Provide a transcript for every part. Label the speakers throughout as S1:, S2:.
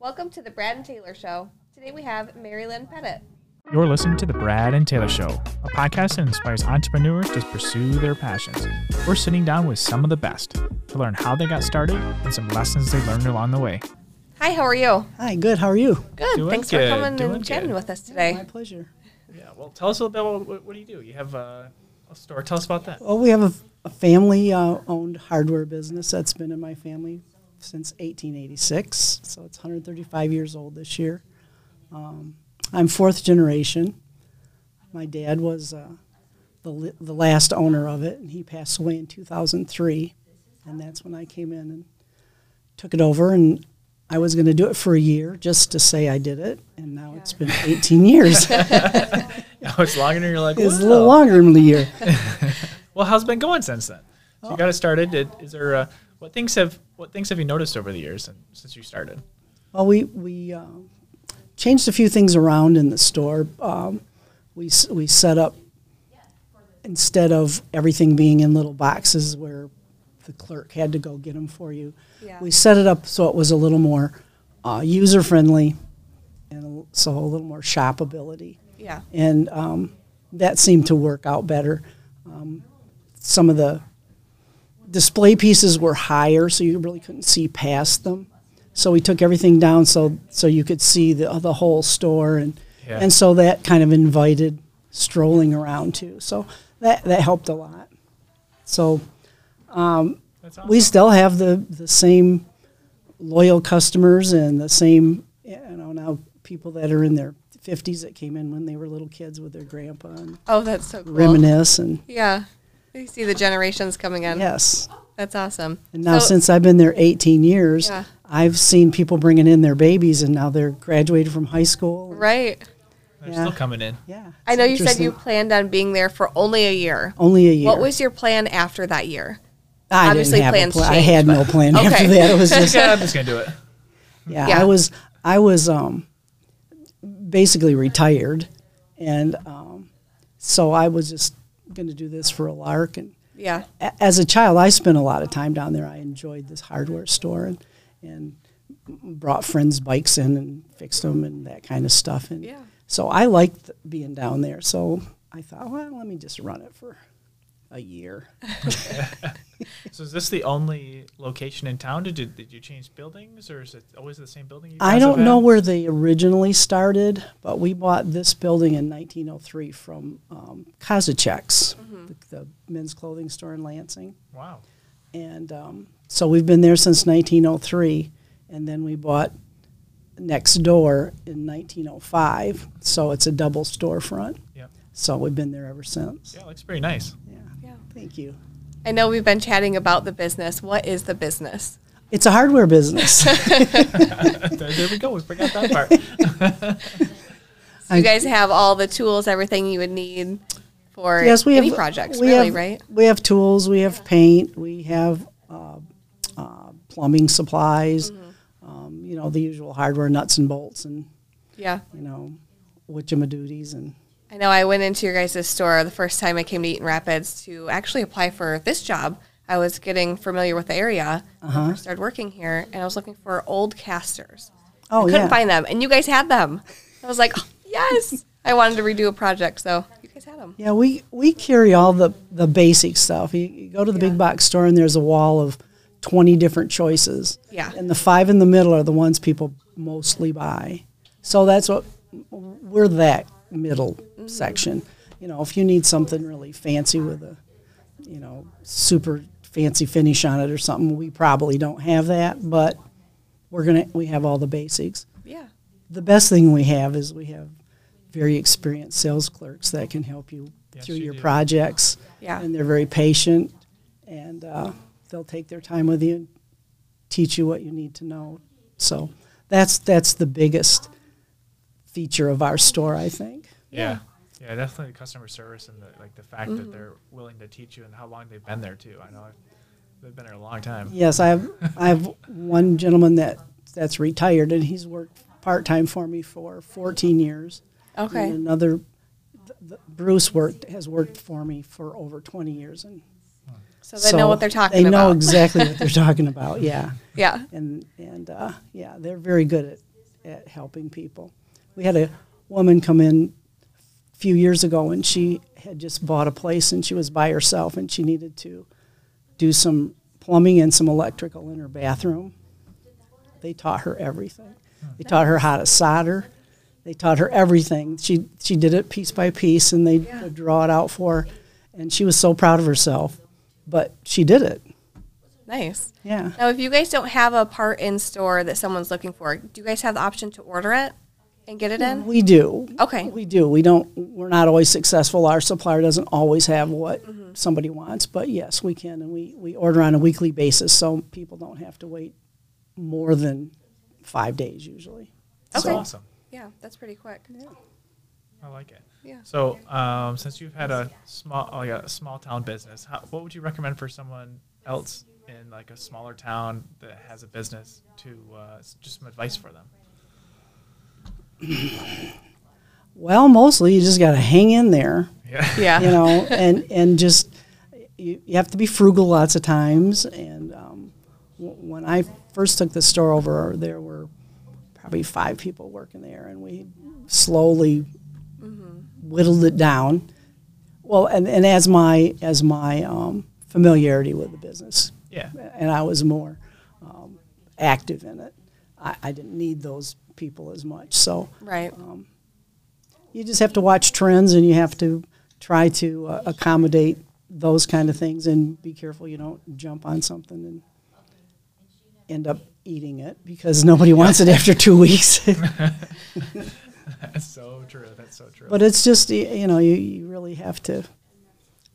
S1: Welcome to the Brad and Taylor Show. Today we have Mary Lynn Pettit.
S2: You're listening to The Brad and Taylor Show, a podcast that inspires entrepreneurs to pursue their passions. We're sitting down with some of the best to learn how they got started and some lessons they learned along the way.
S1: Hi, how are you?
S3: Hi, good. How are you?
S1: Good.
S2: Doing
S1: Thanks
S2: good,
S1: for coming
S2: doing
S1: and chatting
S2: good.
S1: with us today.
S3: My pleasure.
S2: Yeah, Oh, well, tell us a little bit about what, what do you do? You have a, a store. Tell us about that.
S3: Well, we have a, a family uh, owned hardware business that's been in my family since 1886. So it's 135 years old this year. Um, I'm fourth generation. My dad was uh, the, li- the last owner of it, and he passed away in 2003. And that's when I came in and took it over. And I was going to do it for a year just to say I did it. And now it's been 18 years.
S2: Oh, it's longer than you're like,
S3: it's a
S2: "Wow."
S3: little longer than a year.
S2: Well, how's it been going since then? So you got it started. Did, is there uh, what things have what things have you noticed over the years and, since you started?
S3: Well, we we uh, changed a few things around in the store. Um, we s- we set up instead of everything being in little boxes where the clerk had to go get them for you.
S1: Yeah.
S3: We set it up so it was a little more uh, user friendly, and a l- so a little more shopability
S1: Yeah.
S3: and um, that seemed to work out better. Um, some of the display pieces were higher, so you really couldn't see past them. So we took everything down so so you could see the the whole store, and
S2: Yeah.
S3: and so that kind of invited strolling around too. So that that helped a lot. So um,
S2: That's awesome.
S3: we still have the, the same loyal customers and the same you know now people that are in their 50s that came in when they were little kids with their grandpa and
S1: Oh, that's so cool.
S3: reminisce and
S1: Yeah. You see the generations coming in.
S3: yes
S1: That's awesome.
S3: and now
S1: So-
S3: since i've been there 18 years
S1: Yeah.
S3: i've seen people bringing in their babies and now they're graduated from high school
S1: Right.
S2: They're
S3: yeah.
S2: still coming in.
S3: yeah
S1: I
S3: it's
S1: know you said you
S3: interesting.
S1: planned on being there for only a year.
S3: only a year
S1: What was your plan after that year?
S3: I
S1: obviously
S3: didn't have
S1: plans
S3: a plan.
S1: change,
S3: i had no plan
S1: Okay.
S3: after that it was just
S2: Yeah, I'm just gonna do it.
S3: Yeah,
S1: Yeah.
S3: I was I was um, basically retired, and um, so I was just going to do this for a lark. And
S1: Yeah.
S3: a- as a child, I spent a lot of time down there. I enjoyed this hardware store and and brought friends' bikes in and fixed them and that kind of stuff. And
S1: Yeah.
S3: so I liked being down there. So I thought, well, let me just run it for a year.
S2: So is this the only location in town? Did you, did you change buildings, or is it always the same building? You
S3: I
S2: guys have
S3: don't know
S2: had?
S3: where they originally started, but we bought this building in 1903 from um, Kozachek's, the, the men's clothing store in Lansing.
S2: Wow.
S3: And um, so we've been there since 1903. And then we bought next door in 1905. So it's a double storefront.
S2: Yeah.
S3: So we've been there ever since.
S2: Yeah, it looks pretty nice.
S3: Yeah.
S1: Yeah.
S3: Thank you.
S1: I know we've been chatting about the business. What is the business?
S3: It's a hardware business.
S2: there, there we go. We forgot that part.
S1: So you guys have all the tools, everything you would need for
S3: yes, we
S1: any
S3: have
S1: projects,
S3: we
S1: really,
S3: have-
S1: right?
S3: We have tools. We have paint. We have uh, uh, plumbing supplies.
S1: Mm-hmm.
S3: Um, you know the usual hardware, nuts and bolts, and
S1: Yeah.
S3: you know witchamadoodies and
S1: I know I went into your guys' store the first time I came to Eaton Rapids to actually apply for this job. I was getting familiar with the area when
S3: Uh-huh.
S1: I first started working here, and I was looking for old casters. I
S3: oh
S1: couldn't
S3: yeah.
S1: find them, and you guys had them. I was like, "Oh, yes. I wanted to redo a project, so you guys had them.
S3: Yeah, we, we carry all the, the basic stuff. You, you go to the big box store and there's a wall of 20 different choices.
S1: Yeah.
S3: And the five in the middle are the ones people mostly buy. So that's what we're that middle section. You know, if you need something really fancy with a, you know, super fancy finish on it or something, we probably don't have that, but we're going to, we have all the basics
S1: Yeah.
S3: the best thing we have is we have very experienced sales clerks that can help you
S2: Yes,
S3: through
S2: you
S3: your
S2: do.
S3: projects.
S1: Yeah.
S3: And they're very patient and uh, they'll take their time with you and teach you what you need to know. So that's that's the biggest feature of our store, I think.
S2: Yeah. Yeah, definitely the customer service and the, like the fact that they're willing to teach you and how long they've been there too. I know I've, they've been there a long time.
S3: Yes, I have I have one gentleman that that's retired and he's worked part time for me for 14 years.
S1: Okay.
S3: And another, th- th- Bruce worked has worked for me for over 20 years, and
S1: So they know what they're talking
S3: They know
S1: about.
S3: exactly what they're talking about. Yeah,
S1: yeah.
S3: and and uh, yeah, they're very good at at helping people. We had a woman come in a few years ago and she had just bought a place and she was by herself and she needed to do some plumbing and some electrical in her bathroom. They taught her everything. They taught her how to solder. They taught her everything. She she did it piece by piece and they would draw it out for her and she was so proud of herself. But she did it.
S1: Nice.
S3: Yeah.
S1: Now, if you guys don't have a part in store that someone's looking for, do you guys have the option to order it and get it in?
S3: We do.
S1: Okay.
S3: We do. We don't. We're not always successful. Our supplier doesn't always have what somebody wants, but yes, we can, and we we order on a weekly basis, so people don't have to wait more than five days usually.
S2: That's
S1: Okay.
S2: awesome.
S1: Yeah, that's pretty quick.
S2: I like it.
S1: Yeah.
S2: So, um, since you've had a small, like a small town business, how, what would you recommend for someone else in like a smaller town that has a business to uh, s- just some advice for them?
S3: Well, mostly you just got to hang in there.
S2: Yeah.
S1: Yeah.
S3: you know, and and just you, you have to be frugal lots of times. And um, w- when I first took the store over, there were probably five people working there, and we slowly whittled it down. Well, and, and as my as my um, familiarity with the business
S2: Yeah.
S3: and I was more um, active in it, I, I didn't need those people as much. So
S1: Right.
S3: you just have to watch trends and you have to try to uh, accommodate those kind of things and be careful you don't jump on something and end up eating it because nobody wants it after two weeks.
S2: That's so true. That's so true.
S3: but it's just, y- you know, you, you really have to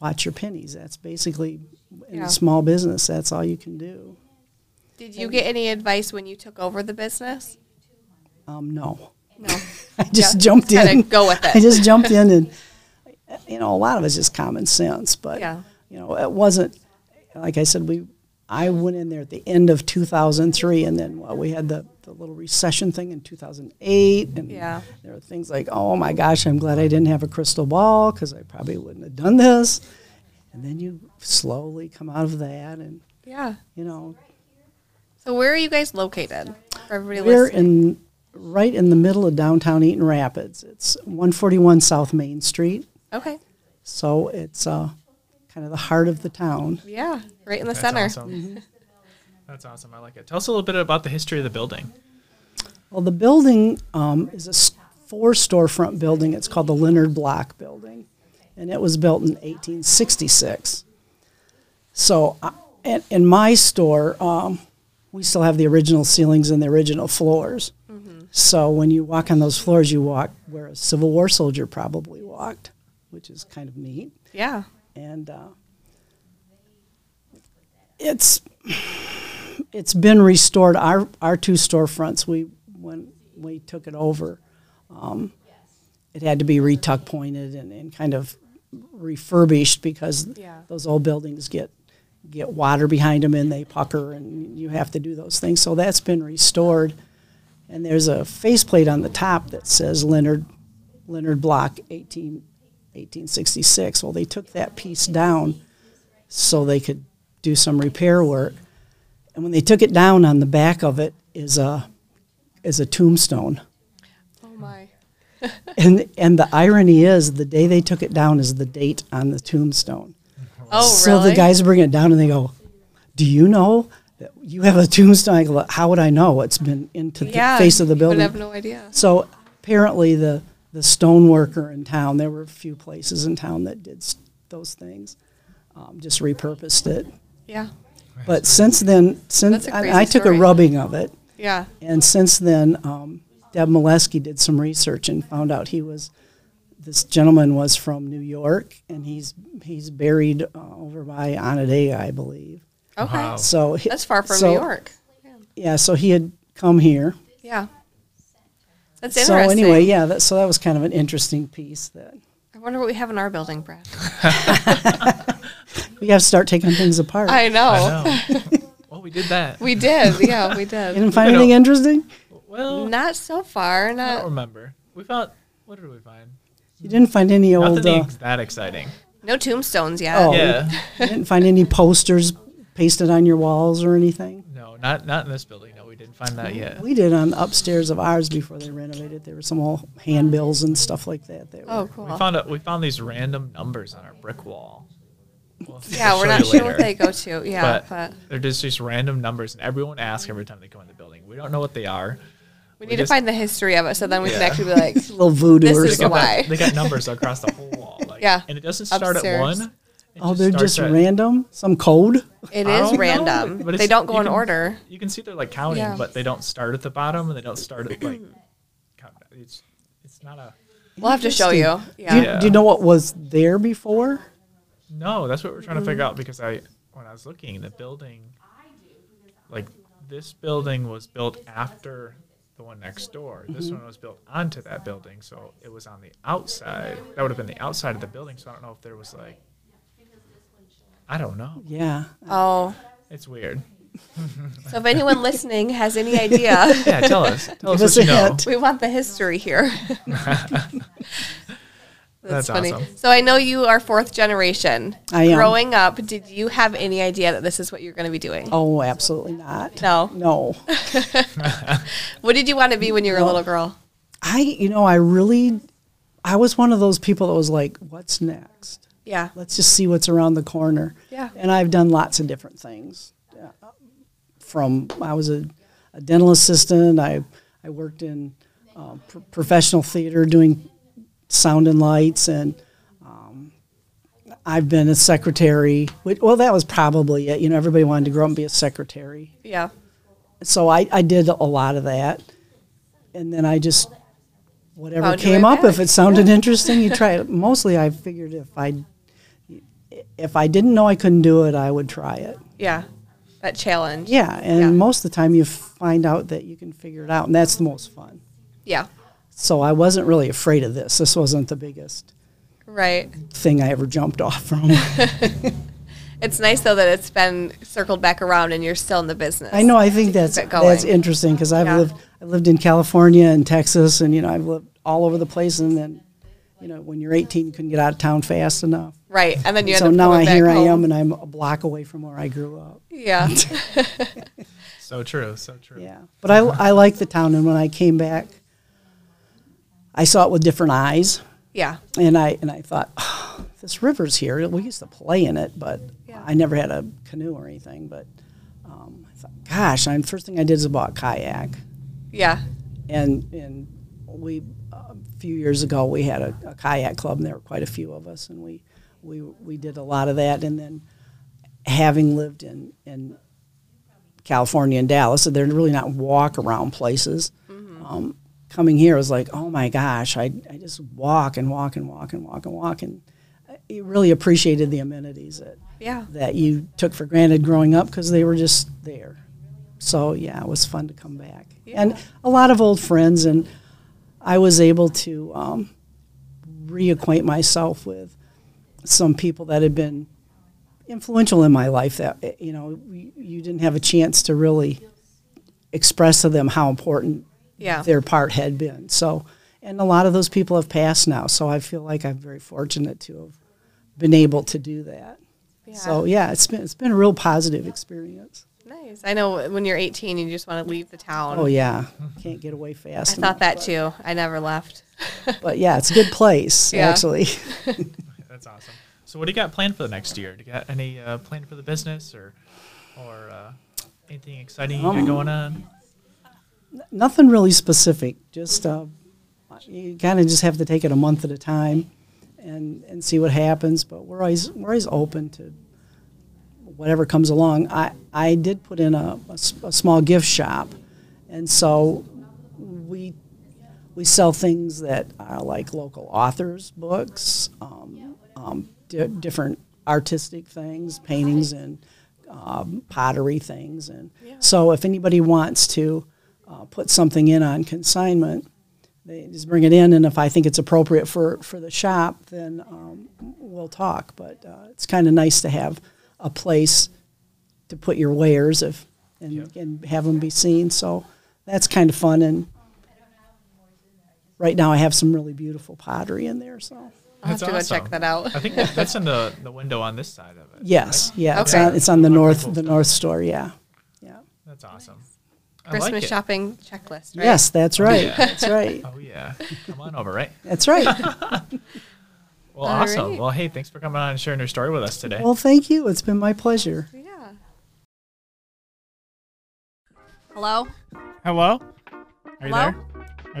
S3: watch your pennies. That's basically, in
S1: Yeah.
S3: a small business, that's all you can do.
S1: Did you get any advice when you took over the business?
S3: Um, no.
S1: No.
S3: I just
S1: Yeah,
S3: jumped
S1: kinda
S3: in.
S1: go with it.
S3: I just jumped in, and you know, a lot of it's just common sense. But
S1: Yeah.
S3: you know, it wasn't like I said. We I went in there at the end of 2003, and then well, we had the, the little recession thing in 2008, and
S1: Yeah.
S3: there were things like, oh my gosh, I'm glad I didn't have a crystal ball because I probably wouldn't have done this. And then you slowly come out of that, and
S1: Yeah.
S3: you know,
S1: So where are you guys located? For everybody
S3: We're
S1: listening.
S3: in right in the middle of downtown Eaton Rapids. It's 141 South Main Street,
S1: Okay.
S3: so it's uh, kind of the heart of the town.
S1: Yeah. Right in the
S2: That's
S1: center.
S2: awesome. That's awesome. I like it. Tell us a little bit about the history of the building.
S3: Well, the building um, is a s- four storefront building. It's called the Leonard Block Building, and it was built in 1866. So, uh, in, in my store, um, we still have the original ceilings and the original floors. So, when you walk on those floors, you walk where a Civil War soldier probably walked, which is kind of neat
S1: Yeah.
S3: and uh, it's it's been restored. Our our two storefronts we when we took it over, um, it had to be retuck pointed and, and kind of refurbished because
S1: Yeah.
S3: those old buildings get get water behind them and they pucker and you have to do those things. So that's been restored, and there's a faceplate on the top that says Leonard Leonard Block 18, 1866. Well, they took that piece down so they could do some repair work. And when they took it down, on the back of it is a is a tombstone.
S1: Oh my.
S3: And and the irony is, the day they took it down is the date on the tombstone.
S1: Oh
S3: so
S1: really?
S3: the guys bring it down and they go, "Do you know that you have a tombstone?" I go, "How would I know? It's been into the
S1: yeah,
S3: face of the
S1: you would
S3: building."
S1: have no idea.
S3: So apparently, the the stone worker in town. There were a few places in town that did s- those things, um, just repurposed it.
S1: Yeah.
S3: But since then,
S1: That's
S3: since
S1: a
S3: I,
S1: crazy
S3: I took
S1: story.
S3: a rubbing of it,
S1: Yeah.
S3: and since then, um, Deb Molesky did some research and found out he was this gentleman was from New York, and he's he's buried uh, over by Onondaga, I believe.
S1: Okay.
S2: Wow.
S3: So he-
S1: That's far from
S3: so-
S1: New York.
S3: Yeah, so he had come here.
S1: Yeah. That's
S3: so
S1: interesting.
S3: anyway, yeah, that, so that was kind of an interesting piece that.
S1: I wonder what we have in our building, Brad.
S3: We have to start taking things apart.
S1: I know.
S2: I know. well, we did that.
S1: We did. Yeah, we
S3: you
S1: did.
S3: didn't find
S2: You know-
S3: anything interesting?
S2: well,
S1: Not so far.
S2: I don't
S1: Not
S2: remember. We found. What did we find?
S3: You didn't find any old.
S2: Nothing
S3: Uh,
S2: ex- that exciting.
S1: no tombstones yet.
S3: Oh.
S2: Yeah.
S3: you didn't find any posters pasted on your walls or anything.
S2: No, not not in this building. No, we didn't find that
S1: Mm-hmm.
S2: yet.
S3: We did on upstairs of ours before they renovated. There were some old handbills and stuff like that. that
S1: Oh,
S3: were,
S1: cool.
S2: We found out we found these random numbers on our brick wall. We'll-
S1: yeah,
S2: we'll
S1: we're
S2: show
S1: not
S2: you
S1: sure what
S2: later.
S1: they go to. Yeah,
S2: but,
S1: but,
S2: they're just just random numbers, and everyone asks every time they come in the building. We don't know what they are.
S1: we
S2: we
S1: need
S2: just-
S1: to find the history of it so then we can
S2: Yeah.
S1: actually be like,
S3: a little voodoo
S1: This
S3: or
S1: is
S2: They got,
S3: something.
S1: Why?
S2: that- they got numbers across the whole wall. Like,
S1: Yeah.
S2: and it doesn't start
S1: Upstairs.
S2: at one. it
S3: Oh, they're
S2: starts
S3: just
S2: at-
S3: random. Some code.
S1: it
S2: I don't
S1: is
S2: know,
S1: random.
S2: but
S1: they
S2: it's-
S1: don't go
S2: you
S1: in
S2: can-
S1: order.
S2: You can see they're like counting,
S1: Yeah.
S2: but they don't start at the bottom and they don't start at like. count- it's it's not a
S1: We'll have to show you. Yeah.
S3: Do, you-
S2: Yeah.
S3: do you know what was there before?
S2: no. That's what we're trying to figure
S3: Mm-hmm.
S2: out because I when I was looking the building, like this building was built after the one next door. This
S3: Mm-hmm.
S2: one was built onto that building, so it was on the outside. That would have been the outside of the building. So I don't know if there was like. I don't know.
S3: Yeah.
S1: Oh.
S2: It's weird.
S1: So if anyone listening has any idea,
S2: Yeah, tell us. Tell us
S3: Give
S2: what
S3: us
S2: you
S3: a
S2: know.
S3: hint.
S1: we want the history here.
S2: That's
S1: funny.
S2: awesome.
S1: So I know you are fourth generation.
S3: I am.
S1: Growing up, did you have any idea that this is what you're going to be doing?
S3: Oh, absolutely not.
S1: No.
S3: No.
S1: What did you want to be when you were a little girl?
S3: I, you know, I really, I was one of those people that was like, what's next?
S1: Yeah.
S3: Let's just see what's around the corner.
S1: Yeah.
S3: And I've done lots of different things. Uh, From, I was a, a dental assistant, I, I worked in um, pr- professional theater doing sound and lights, and um, I've been a secretary. Wh- Well, that was probably it. You know, everybody wanted to grow up and be a secretary
S1: Yeah.
S3: so I, I did a lot of that. And then I just, whatever
S1: Found your
S3: came
S1: way
S3: up, if
S1: back,
S3: it sounded interesting, you try it. Mostly I figured if I, if I didn't know I couldn't do it, I would try it.
S1: Yeah. That challenge.
S3: Yeah. And
S1: Yeah.
S3: most of the time you find out that you can figure it out, and that's the most fun.
S1: Yeah.
S3: So I wasn't really afraid of this. This wasn't the biggest
S1: Right.
S3: thing I ever jumped off from.
S1: It's nice though that it's been circled back around and you're still in the business.
S3: I know. I think that's
S1: it going.
S3: that's interesting because I've
S1: Yeah.
S3: lived I lived in California and Texas, and you know I've lived all over the place. And then, you know, when you're 18, you couldn't get out of town fast enough.
S1: Right. And then you end
S3: so
S1: up
S3: now
S1: going
S3: I
S1: back
S3: here I am,
S1: home.
S3: and I'm a block away from where I grew up.
S1: Yeah.
S2: So true. So true.
S3: Yeah, but I I like the town, and when I came back, I saw it with different eyes,
S1: yeah.
S3: and I and I thought, oh, this river's here. We used to play in it, but
S1: Yeah.
S3: I never had a canoe or anything. But um, I thought, gosh, I first thing I did is I bought a kayak.
S1: Yeah.
S3: and and we um, a few years ago we had a, a kayak club and there were quite a few of us and we we we did a lot of that and then having lived in in California and Dallas so they're really not walk around places um, coming here was like oh my gosh I I just walk and walk and walk and walk and walk and I- you really appreciated the amenities that
S1: Yeah.
S3: that you took for granted growing up because they were just there. So yeah, it was fun to come back and a lot of old friends, and I was able to um, reacquaint myself with some people that had been influential in my life. That eh, you know, you, you didn't have a chance to really express to them how important
S1: Yeah.
S3: their part had been. So, and a lot of those people have passed now. So I feel like I'm very fortunate to have been able to do that.
S1: Yeah.
S3: So yeah, it's been it's been a real positive experience.
S1: Nice. I know when you're 18, you just want to leave the town.
S3: Oh yeah, can't get away
S1: I
S3: fast.
S1: thought that too. I never left.
S3: but yeah, it's a good place
S1: Yeah.
S3: actually.
S2: That's awesome. So, what do you got planned for the next year? Do you got any uh, plan for the business or or uh, anything exciting you
S3: Um,
S2: got going on?
S3: Nothing really specific. Just uh, you kind of just have to take it a month at a time, and and see what happens. But we're always we're always open to whatever comes along. I I did put in a, a s- a small gift shop, and so we we sell things that are like local authors' books, um, um, di- different artistic things, paintings, and um, pottery things. And so, if anybody wants to uh, put something in on consignment, they just bring it in, and if I think it's appropriate for, for the shop, then um, we'll talk. But uh, it's kind of nice to have a place to put your wares if and, and have them be seen. So that's kind of fun. And right now, I have some really beautiful pottery in there. So
S1: I'll have
S2: That's
S1: to go check
S2: awesome.
S1: that out.
S2: I think that- that's in the, the window on this side of it.
S3: yes, yeah, it's
S1: Okay.
S3: on it's on the north the north store. Yeah, yeah.
S2: That's awesome. I like
S1: Christmas
S2: it.
S1: shopping checklist, right?
S3: Yes, that's right.
S2: yeah.
S3: That's right.
S2: Oh yeah, come on over, right?
S3: That's right.
S2: Well,
S1: All
S2: awesome.
S1: right.
S2: Well, hey, thanks for coming on and sharing your story with us today.
S3: Well, thank you. It's been my pleasure.
S1: Yeah. Hello?
S4: Hello? Are you
S1: Hello?
S4: there? Are